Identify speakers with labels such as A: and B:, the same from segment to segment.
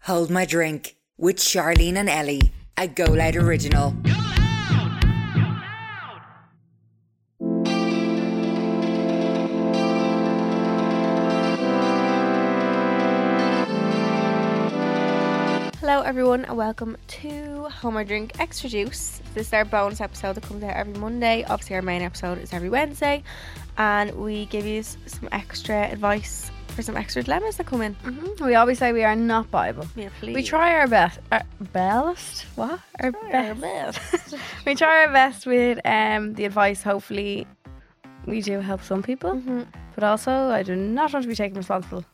A: Hold My Drink with Charlene and Ellie, a Go Loud original.
B: Hello, everyone, and welcome to Homer Drink Extra Juice. This is our bonus episode that comes out every Monday. Obviously, our main episode is every Wednesday, and we give you s- some extra advice for some extra dilemmas that come in.
C: hmm We always say we are not Bible.
B: Yeah, please.
C: We try our best. Our best? What? Our
B: Our
C: best.
B: best.
C: We try our best with um, the advice. Hopefully, we do help some people.
B: Mm-hmm.
C: But also, I do not want to be taking responsible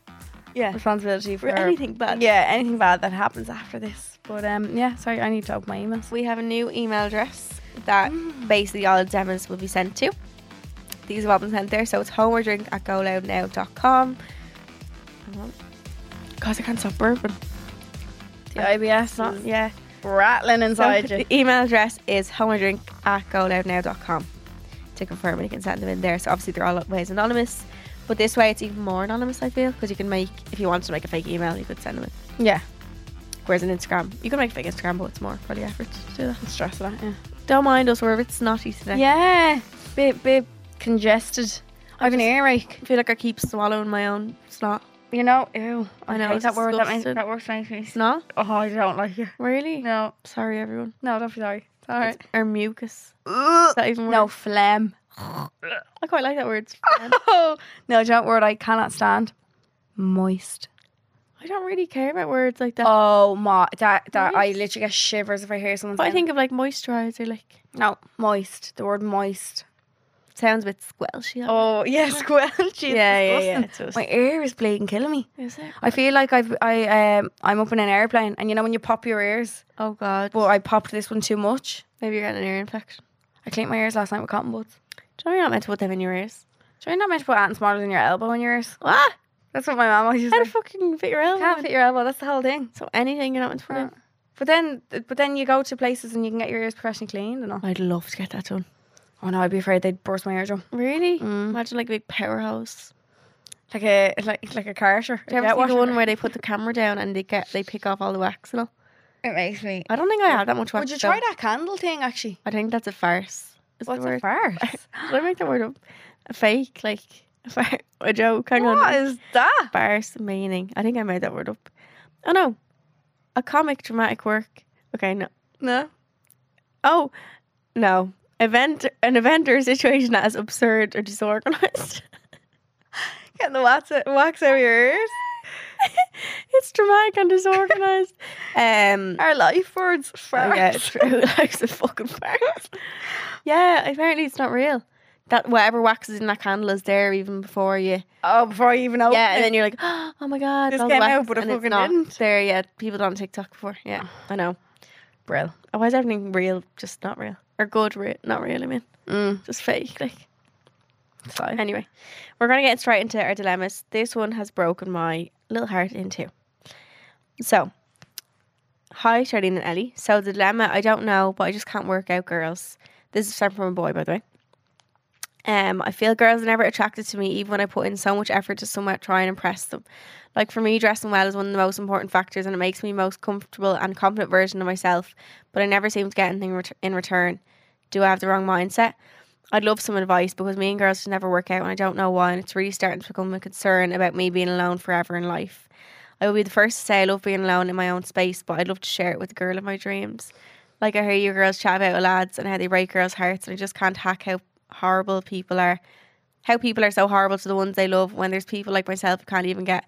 B: yeah,
C: responsibility for,
B: for anything bad.
C: Yeah, anything bad that happens after this. But um, yeah, sorry, I need to open my emails.
B: We have a new email address that basically all the dilemmas will be sent to. These have all been sent there, so it's homewardrink at goloudnow.com. Guys, I can't stop burping.
C: The IBS
B: Not,
C: is
B: yeah.
C: rattling inside
B: Mm. So,
C: you.
B: The email address is homewardrink at goloudnow.com to confirm and you can send them in there. So obviously they're all ways anonymous. But this way it's even more anonymous, I feel, because you can make, if you want to make a fake email, you could send them in.
C: Yeah,
B: Whereas an Instagram, you can make a fake Instagram, but it's more for the effort to do that.
C: I'm stressed out. Yeah,
B: Don't mind us, we're a bit snotty today.
C: yeah, bit bit congested. I have an
B: just-
C: earache.
B: I feel like I keep swallowing my own snot.
C: You know, ew.
B: I know,
C: hate
B: it's
C: that word. That makes
B: disgusting.
C: that word makes me.
B: Snot?
C: Oh, I don't like it.
B: Really?
C: No,
B: Sorry, everyone.
C: no, don't be sorry. It's all right.
B: It's- Or mucus. Is that even
C: No
B: word?
C: phlegm.
B: I quite like that word. Oh.
C: no, don't word I cannot stand. Moist.
B: I don't really care about words like that.
C: Oh my, that that I
B: Moist.
C: literally get shivers if I hear someone.
B: but I
C: saying
B: think of like moisturizer, like
C: it. no moist. The word moist.
B: sounds a bit squelchy.
C: Oh yes, squelchy.
B: yeah, yeah, yeah.
C: My ear is bleeding, killing me.
B: Is it?
C: I feel like I've I um I'm up in an airplane, and you know when you pop your ears.
B: Oh god.
C: Well, I popped this one too much.
B: Maybe you're getting an ear infection.
C: I cleaned my ears last night with cotton buds.
B: Do you know you're not meant to put them in your ears?
C: Do you not meant to put ants smaller than your elbow in your ears?
B: What?
C: That's what my mum always used
B: How
C: to
B: the
C: say.
B: fuck you can fit your elbow?
C: Can't
B: in?
C: fit your elbow. That's the whole thing.
B: So anything you're not meant to put in.
C: But then, but then you go to places and you can get your ears professionally cleaned and all.
B: I'd love to get that done.
C: Oh no, I'd be afraid they'd burst my eardrum.
B: Really?
C: Mm.
B: Imagine like a big powerhouse.
C: Like a like like a carter.
B: Do you ever see the one where they put the camera down and they get they pick off all the wax and all?
C: it makes me?
B: I don't think I had that much wax.
C: Would you
B: though.
C: try that candle thing actually?
B: I think that's a farce. Is the
C: What's a
B: word.
C: farce?
B: Did I make that word up? A fake, like a, far- a joke. Hang on.
C: what is that?
B: Farce meaning. I think I made that word up. Oh no, a comic dramatic work. Okay, no,
C: No.
B: Oh, no. Event an event or a situation that is absurd or disorganized.
C: Getting the wax, wax out of your ears.
B: it's dramatic and disorganized. um.
C: Our life words.
B: oh,
C: Farce.
B: yeah, it's true. Life's a fucking farce. yeah, apparently it's not real. That whatever wax is in that candle is there even before you.
C: Oh, before you even open.
B: yeah, and
C: it.
B: then you're like, oh my god,
C: This
B: all the
C: came
B: wax,"
C: out, but it
B: and it's
C: fucking
B: not
C: didn't. Ah.
B: There, yeah, people done TikTok before. Yeah, I know.
C: Brill.
B: Oh, why is everything real? Just not real or good? Real, not real. I mean,
C: Mm.
B: just fake. Like.
C: Sorry.
B: Anyway, we're going to get straight into our dilemmas. This one has broken my little heart in two. So, hi, Charlene and Ellie. So, the dilemma, I don't know, but I just can't work out girls. This is sent from a boy, by the way. Um, I feel girls are never attracted to me, even when I put in so much effort to somewhat try and impress them. Like for me, dressing well is one of the most important factors, and it makes me most comfortable and confident version of myself. But I never seem to get anything ret- in return. Do I have the wrong mindset? I'd love some advice because me and girls just never work out, and I don't know why. And it's really starting to become a concern about me being alone forever in life. I will be the first to say I love being alone in my own space, but I'd love to share it with the girl of my dreams. Like I hear you girls chat about lads and how they break girls' hearts, and I just can't hack how horrible people are. How people are so horrible to the ones they love when there's people like myself who can't even get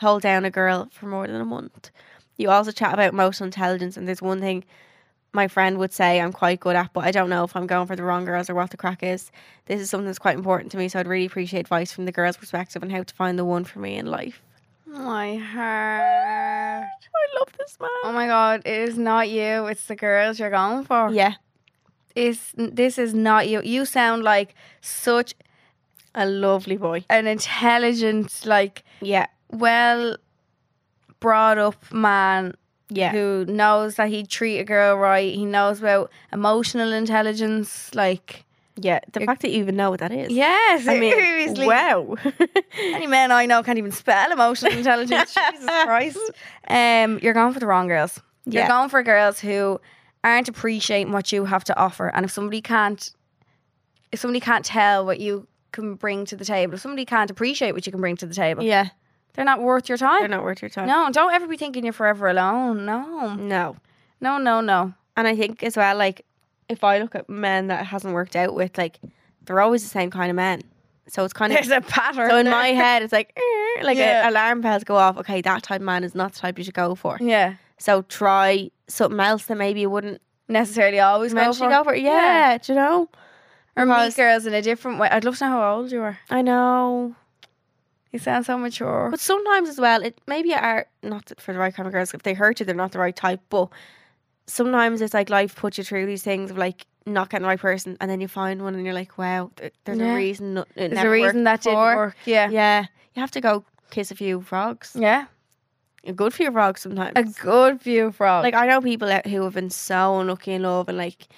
B: hold down a girl for more than a month. You also chat about emotional intelligence, and there's one thing my friend would say I'm quite good at, but I don't know if I'm going for the wrong girls or what the crack is. This is something that's quite important to me, so I'd really appreciate advice from the girls' perspective on how to find the one for me in life.
C: My heart.
B: I love this man.
C: Oh my god, it is not you. It's the girls you're going for.
B: yeah,
C: It's, this is not you. You sound like such
B: a lovely boy.
C: an intelligent, like
B: Yeah,
C: well brought up man
B: yeah,
C: who knows that he'd treat a girl right. He knows about emotional intelligence, like
B: Yeah, the fact that you even know what that is.
C: Yes,
B: I mean,
C: seriously.
B: wow.
C: Any men I know can't even spell emotional intelligence. Jesus Christ. Um, you're going for the wrong girls.
B: Yeah.
C: You're going for girls who aren't appreciating what you have to offer. And if somebody can't, if somebody can't tell what you can bring to the table, if somebody can't appreciate what you can bring to the table,
B: yeah,
C: they're not worth your time.
B: they're not worth your time.
C: No, don't ever be thinking you're forever alone. No,
B: no.
C: no, no, no.
B: And I think as well, like if I look at men that it hasn't worked out with, like they're always the same kind of men. So it's kind of
C: There's a pattern.
B: so in
C: there.
B: my head, it's like "Er," like
C: Yeah.
B: a, alarm bells go off. Okay, that type of man is not the type you should go for.
C: yeah,
B: So try something else that maybe you wouldn't
C: necessarily always go
B: eventually
C: for.
B: go for. Yeah, do you know?
C: or meet
B: because-
C: girls in a different way. I'd love to know how old you are.
B: I know,
C: You sound so mature.
B: but sometimes as well, it maybe are not that for the right kind of girls. If they hurt you, they're not the right type. But sometimes it's like life puts you through these things of like not getting the right person, and then you find one, and you're like, wow, th- there's
C: Yeah.
B: a reason. no- It
C: There's a
B: never
C: reason that
B: worked
C: didn't
B: before.
C: work. Yeah.
B: Yeah, you have to go kiss a few frogs.
C: Yeah.
B: You're good for your frogs sometimes.
C: A good view frog.
B: like I know people out who have been so unlucky in love and like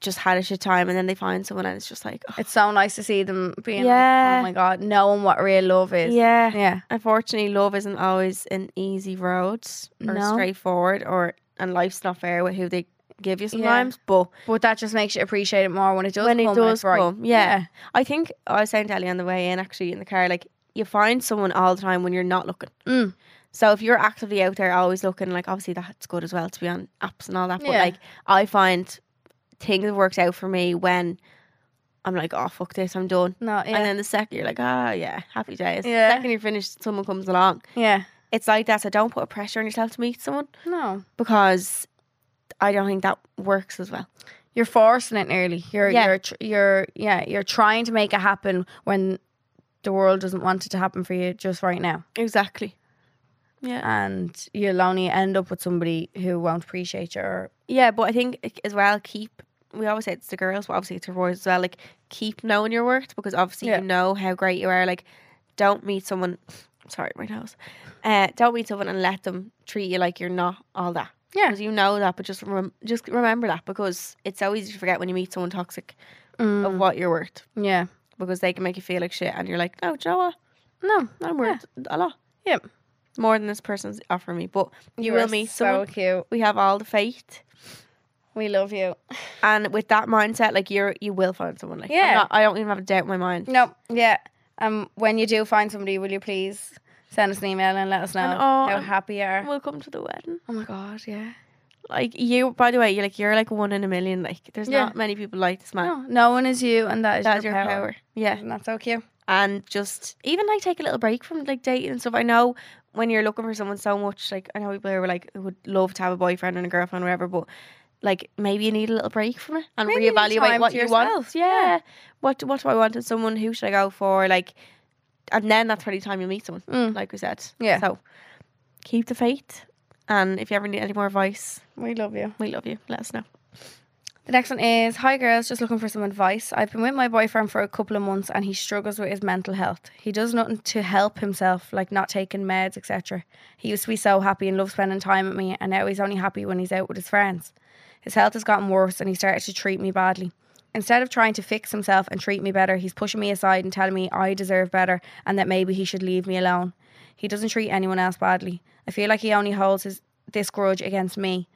B: just had a shit time, and then they find someone and it's just like, oh,
C: it's so nice to see them being
B: Yeah.
C: like, oh my god, knowing what real love is.
B: yeah.
C: Yeah.
B: Unfortunately, love isn't always an easy road or
C: No.
B: straightforward, or and life's not fair with who they give you sometimes. But
C: But that just makes you appreciate it more when it does
B: when
C: come
B: it
C: and
B: does
C: it's right.
B: come, yeah. I think I was saying to Ellie on the way in, actually in the car, like you find someone all the time when you're not looking.
C: Mm.
B: So if you're actively out there always looking, like obviously that's good as well to be on apps and all that. But
C: Yeah.
B: like I find things have worked out for me when I'm like, oh fuck this, I'm done.
C: No, yeah.
B: And then the second you're like, ah yeah, happy days.
C: Yeah.
B: The second you're finished, someone comes along.
C: yeah.
B: It's like that. So don't put a pressure on yourself to meet someone
C: No.
B: because I don't think that works as well.
C: You're forcing it nearly. You're
B: Yeah.
C: you're tr- you're yeah, you're trying to make it happen when the world doesn't want it to happen for you just right now.
B: Exactly.
C: And you'll only end up with somebody who won't appreciate you or
B: Yeah, but I think i- as well, keep. We always say it's the girls, but obviously it's the boys as well. Like, keep knowing your worth because obviously
C: Yeah.
B: you know how great you are. Like, don't meet someone. Sorry, my nose. Uh, don't meet someone and let them treat you like you're not all that.
C: Yeah.
B: because you know that, but just rem- just remember that because it's so easy to forget when you meet someone toxic
C: Mm.
B: of what you're worth
C: Yeah.
B: because they can make you feel like shit, and you're like, no, do you know what?
C: No.
B: I'm worth a lot
C: Yeah.
B: more than this person's offering me. But you, will
C: are
B: meet
C: so
B: someone.
C: cute.
B: We have all the faith.
C: We love you.
B: And with that mindset, like you're, you will find someone. Like, I'm
C: Yeah.
B: not- I don't even have a doubt in my mind.
C: No, yeah. Um, when you do find somebody, will you please send us an email and let us know
B: And, oh,
C: how
B: and-
C: happy you are?
B: We'll come to the wedding.
C: Oh my god, yeah.
B: Like you, by the way, you're like you're like one in a million. Like there's
C: Yeah.
B: not many people like this man.
C: No, no one is you, and that is
B: That's
C: your,
B: your
C: power.
B: power. Yeah,
C: Isn't that so cute?
B: and just even like take a little break from like dating and stuff. I know when you're looking for someone so much, like I know people who are like who would love to have a boyfriend and a girlfriend, or whatever. But like maybe you need a little break from it and
C: Maybe you need
B: reevaluate
C: time
B: what
C: to
B: you
C: yourself,
B: want. Yeah. what what do I want in someone? Who should I go for? Like, and then that's probably the time you meet someone.
C: Mm.
B: like we said.
C: Yeah.
B: So keep the faith. And if you ever need any more advice,
C: We love you.
B: we love you. Let us know.
C: The next one is Hi girls, just looking for some advice. I've been with my boyfriend for a couple of months and he struggles with his mental health. He does nothing to help himself, like not taking meds, etc. He used to be so happy and loved spending time with me, and now he's only happy when he's out with his friends. His health has gotten worse and he started to treat me badly. Instead of trying to fix himself and treat me better, he's pushing me aside and telling me I deserve better and that maybe he should leave me alone. He doesn't treat anyone else badly. I feel like he only holds his, this grudge against me.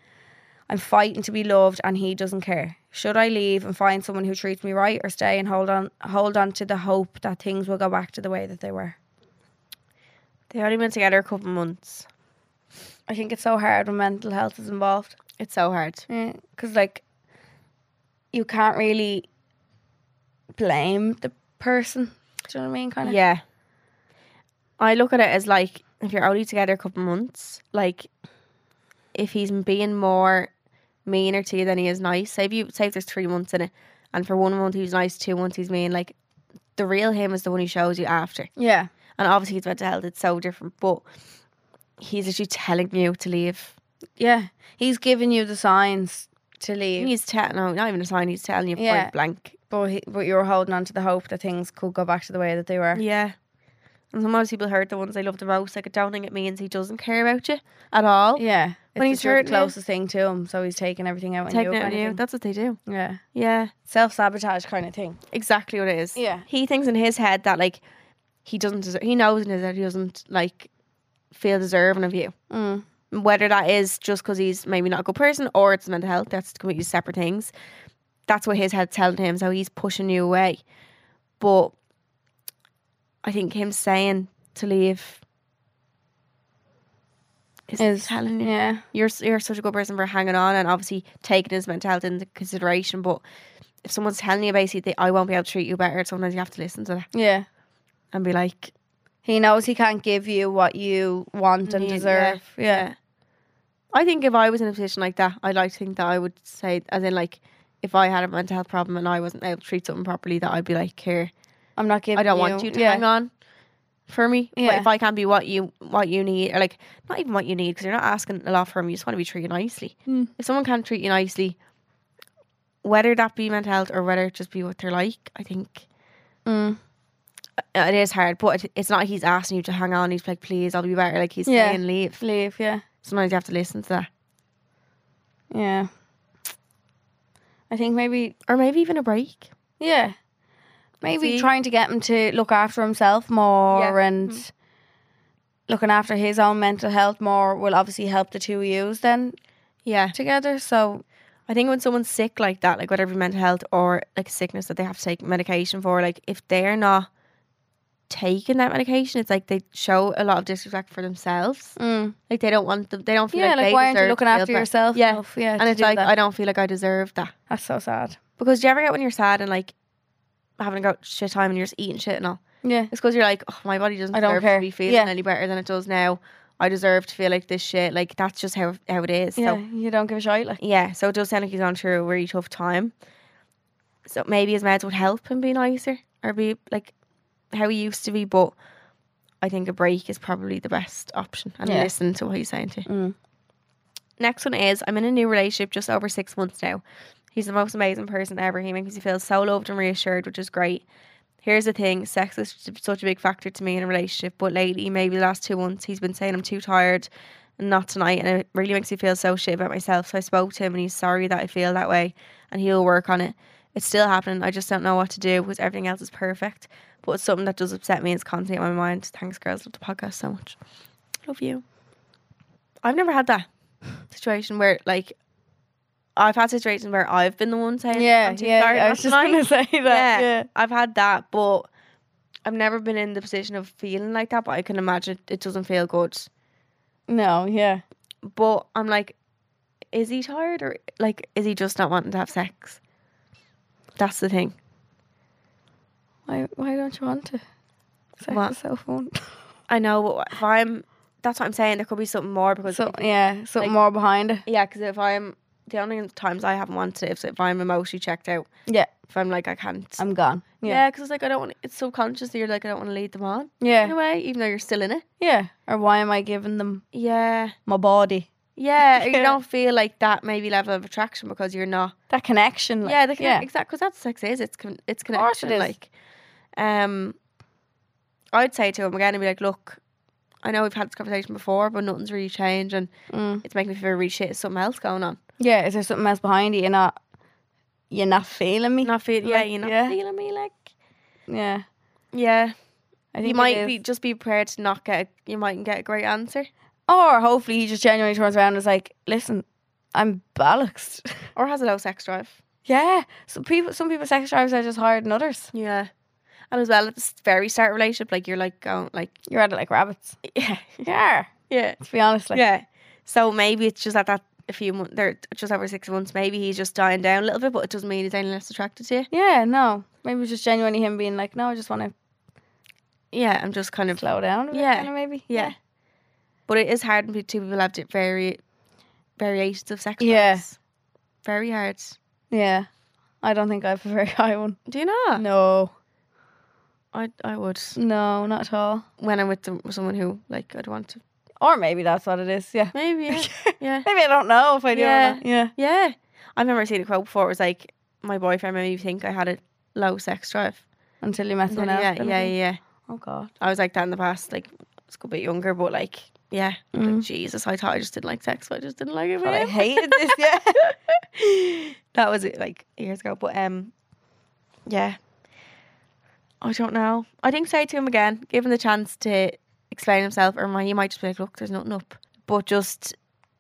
C: I'm fighting to be loved and he doesn't care. Should I leave and find someone who treats me right or stay and hold on hold on to the hope that things will go back to the way that they were?
B: They only been together a couple months.
C: I think it's so hard when mental health is involved.
B: It's so hard.
C: Cuz like you can't really blame the person. Do you know what I mean? Kind of.
B: Yeah. I look at it as like if you're only together a couple months, like if he's being more meaner to you than he is nice. Say if you say if there's three months in it, and for one month he was nice, two months he's mean. Like the real him is the one who shows you after.
C: Yeah.
B: And obviously his mental health it's so different, but he's actually telling you to leave.
C: Yeah. He's giving you the signs to leave,
B: He's telling, no, not even a sign. He's telling you
C: Yeah.
B: point blank.
C: but he, but you're holding on to the hope that things could go back to the way that they were.
B: Yeah, And sometimes people hurt the ones they love the most. Like, I don't think it means he doesn't care about you at all.
C: Yeah.
B: When
C: it's
B: he's
C: just you're
B: hurting
C: the
B: you.
C: closest thing to him, so he's taking everything out on
B: Taking
C: you.
B: it on
C: kind of
B: you.
C: thing.
B: That's what they do.
C: yeah.
B: Yeah.
C: Self sabotage kind of thing.
B: Exactly what it is.
C: Yeah.
B: He thinks in his head that, like, he doesn't deserve, he knows in his head he doesn't, like, feel deserving of you.
C: Mm.
B: Whether that is just because he's maybe not a good person or it's mental health, that's completely separate things. That's what his head's telling him, so he's pushing you away. But I think him saying to leave is,
C: Is
B: telling you
C: yeah.
B: you're you're such a good person for hanging on and obviously taking his mental health into consideration. But if someone's telling you basically that I won't be able to treat you better, sometimes you have to listen to that
C: Yeah.
B: and be like,
C: He knows he can't give you what you want and
B: Yeah,
C: deserve. Yeah.
B: I think if I was in a position like that, I'd like to think that I would say, as in like, if I had a mental health problem and I wasn't able to treat something properly, that I'd be like, here,
C: I'm not giving.
B: I don't want you to
C: yeah.
B: hang on for me. But
C: Yeah.
B: if I can't be what you what you need, or like not even what you need, because you're not asking a lot from you, you just want to be treated nicely.
C: Mm.
B: If someone can't treat you nicely, whether that be mental health or whether it just be what they're like, I think Uh,
C: Mm.
B: it is hard. But it, it's not he's asking you to hang on. He's like, please, I'll be better. Like he's
C: Yeah.
B: saying, leave.
C: Leave. Yeah.
B: Sometimes you have to listen to that,
C: Yeah. I think maybe.
B: or maybe even a break.
C: Yeah. Maybe
B: See?
C: trying to get him to look after himself more
B: Yeah. Mm-hmm.
C: and looking after his own mental health more will obviously help the two of yous then
B: Yeah,
C: together. So
B: I think when someone's sick like that, like whether it be mental health or like a sickness that they have to take medication for, like if they're not taking that medication, it's like they show a lot of disrespect for themselves.
C: mm.
B: Like they don't want them. They don't feel
C: yeah,
B: like,
C: like
B: they
C: why aren't you
B: deserve
C: looking
B: to feel
C: after
B: better.
C: yourself?
B: Yeah,
C: enough? yeah.
B: and
C: to
B: it's
C: do
B: like
C: that.
B: I don't feel like I deserve that.
C: that's so sad.
B: Because do you ever get when you're sad and like having a go shit time and you're just eating shit and all?
C: Yeah,
B: It's because you're like, oh, my body doesn't
C: I don't
B: deserve
C: care."
B: to be feeling
C: Yeah.
B: any better than it does now. I deserve to feel like this shit. Like that's just how how it is.
C: yeah.
B: So
C: you don't give a shit. Like
B: yeah, so it does sound like he's gone through a really tough time. So maybe his meds would help him be nicer or be like how he used to be, but I think a break is probably the best option and
C: Yeah.
B: listen to what he's saying to. you.
C: Mm.
B: Next one is I'm in a new relationship just over six months now. He's the most amazing person ever. He makes me feel so loved and reassured, which is great. Here's the thing sex is s- such a big factor to me in a relationship, but lately, maybe the last two months, he's been saying I'm too tired and not tonight, and it really makes me feel so shit about myself. So I spoke to him, and he's sorry that I feel that way, and he'll work on it. It's still happening. I just don't know what to do because everything else is perfect. But it's something that does upset me. It's constantly on my mind. Thanks, girls. Love the podcast so much. Love you. I've never had that situation where, like, I've had situations where I've been the one saying,
C: yeah,
B: I'm too
C: yeah.
B: tired
C: I
B: not
C: was just
B: tonight."
C: gonna say that. Yeah,
B: I've had that, but I've never been in the position of feeling like that. But I can imagine it, it doesn't feel good.
C: no, yeah,
B: But I'm like, is he tired or like is he just not wanting to have sex? That's the thing.
C: Why? Why don't you want to? Sex
B: What?
C: is so fun.
B: I know, but if I'm, that's what I'm saying. There could be something more because
C: So yeah,
B: like-
C: something more behind it.
B: yeah, because if I'm the only times I haven't wanted it is if I'm emotionally checked out.
C: Yeah,
B: If I'm like I can't.
C: I'm gone. Um, Yeah,
B: yeah, because it's like I don't want. It's subconscious that you're like I don't want to lead them on in a
C: yeah,
B: way, even though you're still in it.
C: yeah. Or why am I giving them
B: Yeah.
C: my body?
B: Yeah, or you
C: Yeah.
B: don't feel like that maybe level of attraction because you're not.
C: That connection. Like,
B: yeah, the
C: yeah.
B: connect, exact Because that's sex is it's con- it's
C: course
B: connection.
C: it is.
B: Like, um, I'd say to him again and be like, look, I know we've had this conversation before, but nothing's really changed, and
C: Mm.
B: it's making me feel really shit. Is something else going on?
C: yeah. Is there something else behind it? You're not. You're not feeling me.
B: Not feeling. Yeah,
C: Like,
B: you're not
C: yeah.
B: feeling me. Like,
C: yeah.
B: yeah,
C: I
B: you
C: it
B: might
C: is.
B: be just be prepared to not get. A, you mightn't get a great answer,
C: Or hopefully he just genuinely turns around and is like, listen, I'm balanced.
B: or has a low sex drive.
C: yeah. So people, some people's sex drives are just higher than others.
B: Yeah, and as well at the s- very start of relationship, like you're like going like
C: You're at it like rabbits.
B: yeah
C: Yeah.
B: yeah.
C: To be honest, like,
B: yeah. So maybe it's just at that a few months, there just over six months. Maybe he's just dying down a little bit, but it doesn't mean he's any less attracted to you.
C: yeah, no. Maybe it's just genuinely him being like, no, I just want
B: Yeah, I'm just kind
C: to
B: of
C: slow down. A bit,
B: Yeah.
C: Kind of maybe.
B: yeah. But it is hard when two people have di- vari variations of sex.
C: Yeah.
B: lives. very hard.
C: Yeah. I don't think I have a very high one.
B: Do you
C: Mm.
B: not?
C: No.
B: I I would
C: No, not at all.
B: when I'm with them, with someone who like I'd want to
C: Or maybe that's what it is. Yeah.
B: maybe yeah yeah.
C: Maybe I don't know if I do.
B: Yeah.
C: Or not. Yeah.
B: yeah. I remember seeing a quote before. It was like my boyfriend made me think I had a low sex drive.
C: Until you met
B: And then,
C: someone else.
B: yeah,
C: kind of
B: yeah,
C: thing.
B: yeah.
C: Oh God.
B: I was like that in the past, like it's a bit younger, but like yeah, like, Jesus, I thought I just didn't like sex, but I just didn't like it.
C: But I
B: man.
C: hated this. Yeah.
B: that was it, like years ago, but um, yeah, I don't know. I think say to him again, give him the chance to explain himself, or mind you might just be like, look, there's nothing up, but just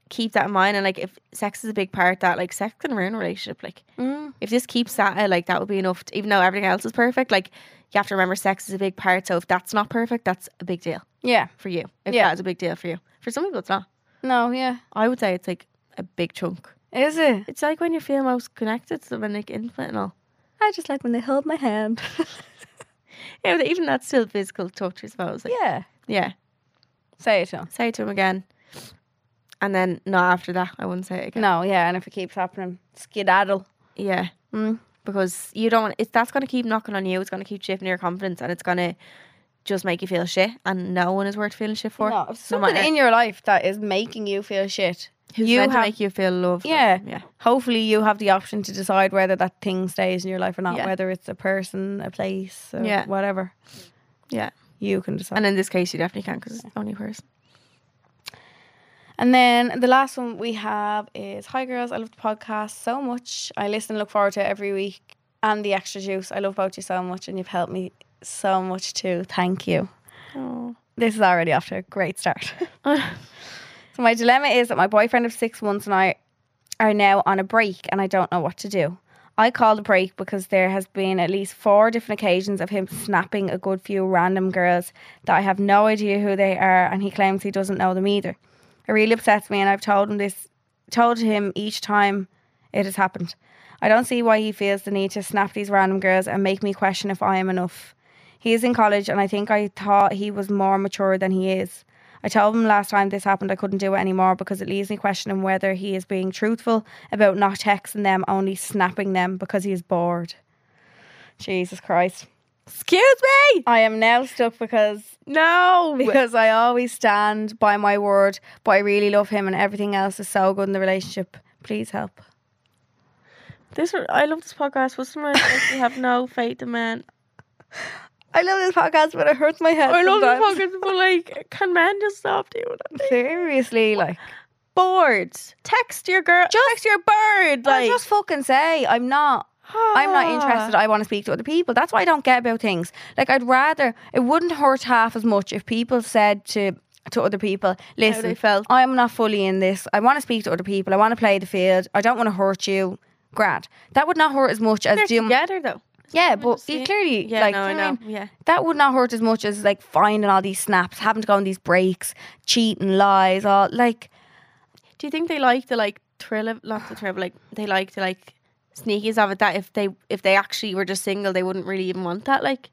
B: keep that in mind. And like, if sex is a big part, that like sex can ruin a relationship, like
C: Mm.
B: if this keeps that uh, like that would be enough to, even though everything else is perfect like you have to remember sex is a big part so if that's not perfect that's a big deal
C: Yeah.
B: for you if
C: Yeah.
B: that's a big deal for you for some people it's not
C: No. Yeah.
B: i would say it's like a big chunk
C: Is it?
B: it's like when you feel most connected to when like intimate and all
C: I just like when they held my hand.
B: yeah but even that's still physical touch i suppose like,
C: yeah.
B: yeah
C: Say it to 'em.
B: say it to him again and then not after that i wouldn't say it again
C: No. Yeah. And if it keeps happening, skedaddle.
B: yeah
C: Mm.
B: because you don't it's that's going to keep knocking on you it's going to keep shaping your confidence and it's going to just make you feel shit and no one is worth feeling shit for
C: No, if something
B: matter-
C: in your life that is making you feel shit.
B: e- Who's
C: you
B: meant
C: have-
B: to make you feel loved.
C: Yeah.
B: Yeah.
C: Hopefully, you have the option to decide whether that thing stays in your life or not,
B: Yeah.
C: whether it's a person, a place, or
B: Yeah.
C: whatever.
B: Yeah.
C: You can decide.
B: And in this case, you definitely can because it's the only person.
C: And then the last one we have is Hi Girls, I love the podcast so much. I listen and look forward to it every week. And the extra juice. I love both you so much and you've helped me so much too. Thank you.
B: Oh.
C: This is already off to a great start. so my dilemma is that my boyfriend of six months and I are now on a break and I don't know what to do. I called a break because there has been at least four different occasions of him snapping a good few random girls that I have no idea who they are and he claims he doesn't know them either. It really upsets me and I've told him this told him each time it has happened. I don't see why he feels the need to snap these random girls and make me question if I am enough. He is in college and I think I thought he was more mature than he is. I told him last time this happened I couldn't do it anymore because it leaves me questioning whether he is being truthful about not texting them, only snapping them because he is bored. Jesus Christ.
B: Excuse me.
C: I am now stuck because
B: No.
C: because I always stand by my word, but I really love him and everything else is so good in the relationship. Please help.
B: This I love this podcast, but sometimes I actually have no faith in men.
C: I love this podcast, but it hurts my head.
B: I love
C: sometimes.
B: this podcast, but like, can men just stop doing that?
C: Seriously, like
B: Bored. Text your girl. text your bird.
C: I
B: Like,
C: just fucking say I'm not. I'm not interested. I want to speak to other people. That's what I don't get about things. Like I'd rather it wouldn't hurt half as much if people said to to other people, listen,
B: they felt.
C: I'm not fully in this. I want to speak to other people. I want to play the field. I don't want to hurt you. Grad. That would not hurt as much as
B: They're
C: doing.
B: together though.
C: Yeah, but
B: see.
C: you clearly,
B: Yeah,
C: like,
B: no,
C: do
B: I
C: you know what I
B: know.
C: mean?
B: Yeah.
C: that would not hurt as much as like finding all these snaps, having to go on these breaks, cheating, lies, all like
B: Do you think they like the like thrill of not the thrill, but, like they like the like sneakies of it? That if they if they actually were just single, they wouldn't really even want that. Like,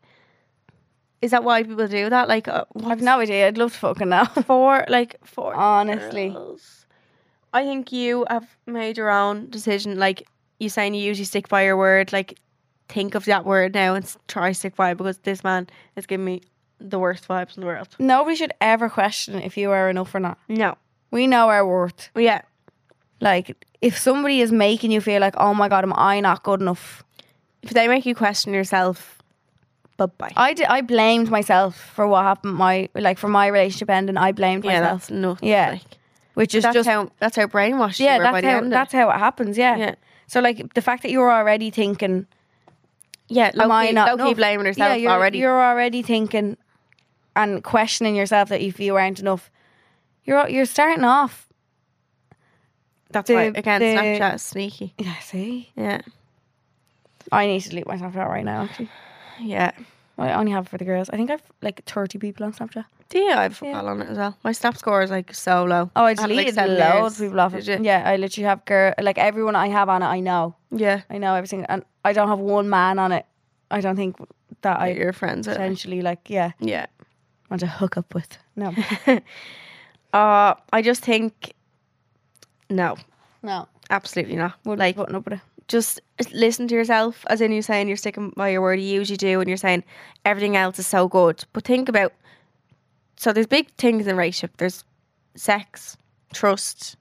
B: is that why people do that? Like, uh,
C: I've no idea. I'd love to fucking know.
B: for like for
C: Honestly.
B: girls. I think you have made your own decision. Like you saying, you usually stick by your word. Like, think of that word now and s- try stick by it because this man is giving me the worst vibes in the world.
C: Nobody should ever question if you are enough or not.
B: No,
C: We know our worth.
B: yeah,
C: Like if somebody is making you feel like, oh my god, am I not good enough?
B: if they make you question yourself, bye bye.
C: I did. I blamed myself for what happened. My like for my relationship ending. I blamed
B: Yeah,
C: myself,
B: that's nuts.
C: Yeah.
B: like.
C: which is
B: that's
C: just
B: how that's how brainwashed
C: yeah.
B: you were by
C: That's
B: the
C: how
B: end. of it.
C: that's how it happens. Yeah.
B: Yeah.
C: So like the fact that you're already thinking,
B: yeah,
C: am I
B: low-key,
C: not?
B: low-key
C: enough?
B: blaming herself
C: Yeah, you're,
B: already.
C: You're already thinking and questioning yourself that if you aren't enough, you're you're starting off.
B: that's
C: the-
B: why again,
C: the-
B: Snapchat is sneaky.
C: Yeah. See,
B: Yeah,
C: I need to delete my Snapchat right now. Actually,
B: yeah.
C: I only have it for the girls. I think I've like thirty people on Snapchat.
B: Do you? I have
C: Yeah.
B: football on it as well. My snap score is like so low.
C: Oh, I
B: have, like,
C: deleted
B: seven
C: loads of
B: years.
C: people off
B: Did
C: it.
B: you?
C: Yeah, I literally have girl like everyone I have on it. I know.
B: Yeah,
C: I know everything, and I don't have one man on it. I don't think that
B: I,
C: I
B: your friends. with.
C: potentially like yeah
B: Yeah.
C: want to hook up with. No,
B: Uh, I just think no,
C: no,
B: absolutely not.
C: would
B: like
C: like uh, putting up with it.
B: just listen to yourself, as in you're saying you're sticking by your word, you usually do, and you're saying everything else is so good. But think about so there's big things in relationship. There's sex, trust,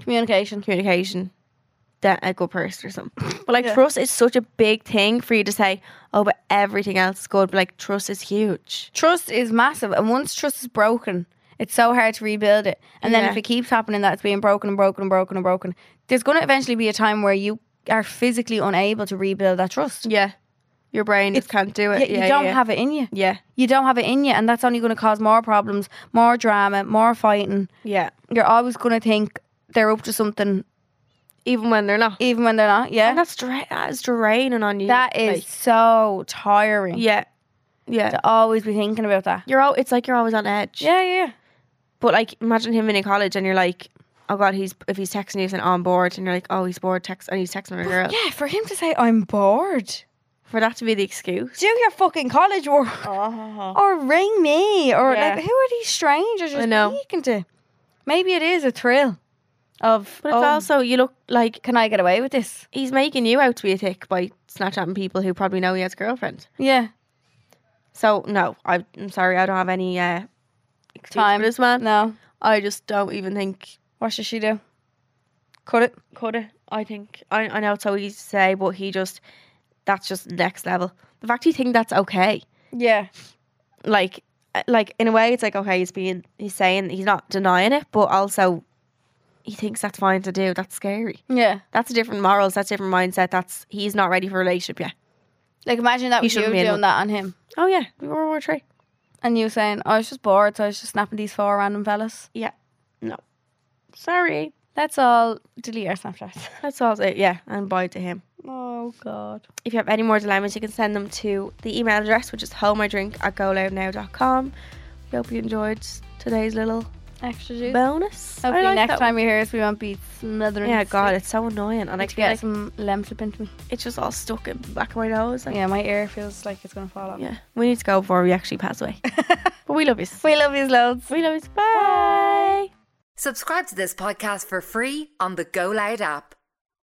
C: Communication.
B: communication. de- a good person or something. But like trust is such a big thing for you to say, oh, but everything else is good. But like trust is huge.
C: Trust is massive, and once trust is broken, it's so hard to rebuild it. And then
B: Yeah.
C: if it keeps happening, that it's being broken and broken and broken and broken. There's going to eventually be a time where you are physically unable to rebuild that trust.
B: Yeah, your brain just can't do
C: Y-
B: it.
C: you
B: Yeah,
C: don't
B: yeah.
C: have it in you.
B: Yeah,
C: You don't have it in you, and that's only going to cause more problems, more drama, more fighting.
B: yeah.
C: You're always going to think they're up to something,
B: Even when they're not.
C: even when they're not. Yeah,
B: And that's dra- that is draining on you.
C: that is
B: like,
C: so tiring.
B: yeah, yeah.
C: to always be thinking about that.
B: You're all. It's like you're always on edge.
C: Yeah, yeah.
B: But like, imagine him in college, and you're like, oh god, he's if he's texting you, he's on board, and you're like, oh, he's bored, text, and he's texting another girl.
C: Yeah, for him to say I'm bored.
B: For that to be the excuse.
C: Do your fucking college work.
B: Oh.
C: Or ring me. Or
B: Yeah.
C: like who are these strangers you're
B: I know.
C: speaking to? Maybe it is a thrill of
B: But it's
C: oh,
B: also you look like
C: can I get away with this?
B: he's making you out to be a thick by snapchatting people who probably know he has a girlfriend.
C: Yeah.
B: So no, I, I'm sorry, I don't have any uh, excuse
C: Time.
B: for this man.
C: No.
B: I just don't even think
C: What should she do? Cut it.
B: Could have. I think I, I know it's so easy to say, but he just that's just next level. The fact he think that's okay,
C: Yeah.
B: like uh, like in a way, it's like okay, he's being he's saying he's not denying it, but also he thinks that's fine to do. That's scary.
C: Yeah.
B: That's different morals. That's different mindset. That's he's not ready for a relationship yet.
C: Like imagine that
B: He
C: was you
B: shouldn't be in
C: doing
B: it.
C: that on him.
B: Oh yeah, we were War Three.
C: And you saying, "Oh, I was just bored, so I was just snapping these four random fellas.
B: Yeah, no, sorry.
C: Let's all delete our Snapchats.
B: That's all. It. Yeah, and bye to him.
C: Oh god.
B: If you have any more dilemmas, you can send them to the email address, which is homeidrink at goloudnow.com. We hope you enjoyed today's little
C: Extra juice.
B: bonus. I
C: Hopefully
B: like
C: next
B: that
C: time you hear us, we won't be smothering.
B: one. Yeah,
C: sick.
B: God, it's so annoying. And I
C: Like to
B: feel
C: get
B: like
C: some lemon slip into me.
B: it's just all stuck in the back of my nose. Like, yeah.
C: Yeah, my ear feels like it's gonna fall off.
B: We need to go before we actually pass away. but we love you.
C: we love these loads.
B: We love you. Bye.
A: Subscribe to this podcast for free on the Go Loud app.